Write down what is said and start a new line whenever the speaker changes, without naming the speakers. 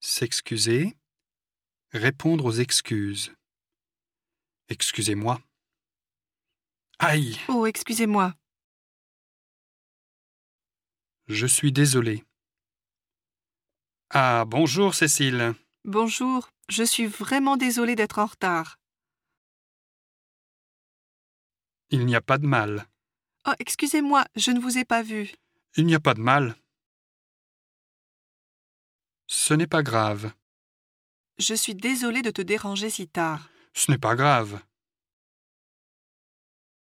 S'excuser. Répondre aux excuses. Excusez-moi. Aïe,
Oh, excusez-moi.
je suis désolé. Ah, bonjour Cécile.
Bonjour, je suis vraiment désolée d'être en retard.
Il n'y a pas de mal.
Oh, excusez-moi, je ne vous ai pas vu.
Il n'y a pas de mal. Ce n'est pas grave.
Je suis désolée de te déranger si tard.
Ce n'est pas grave.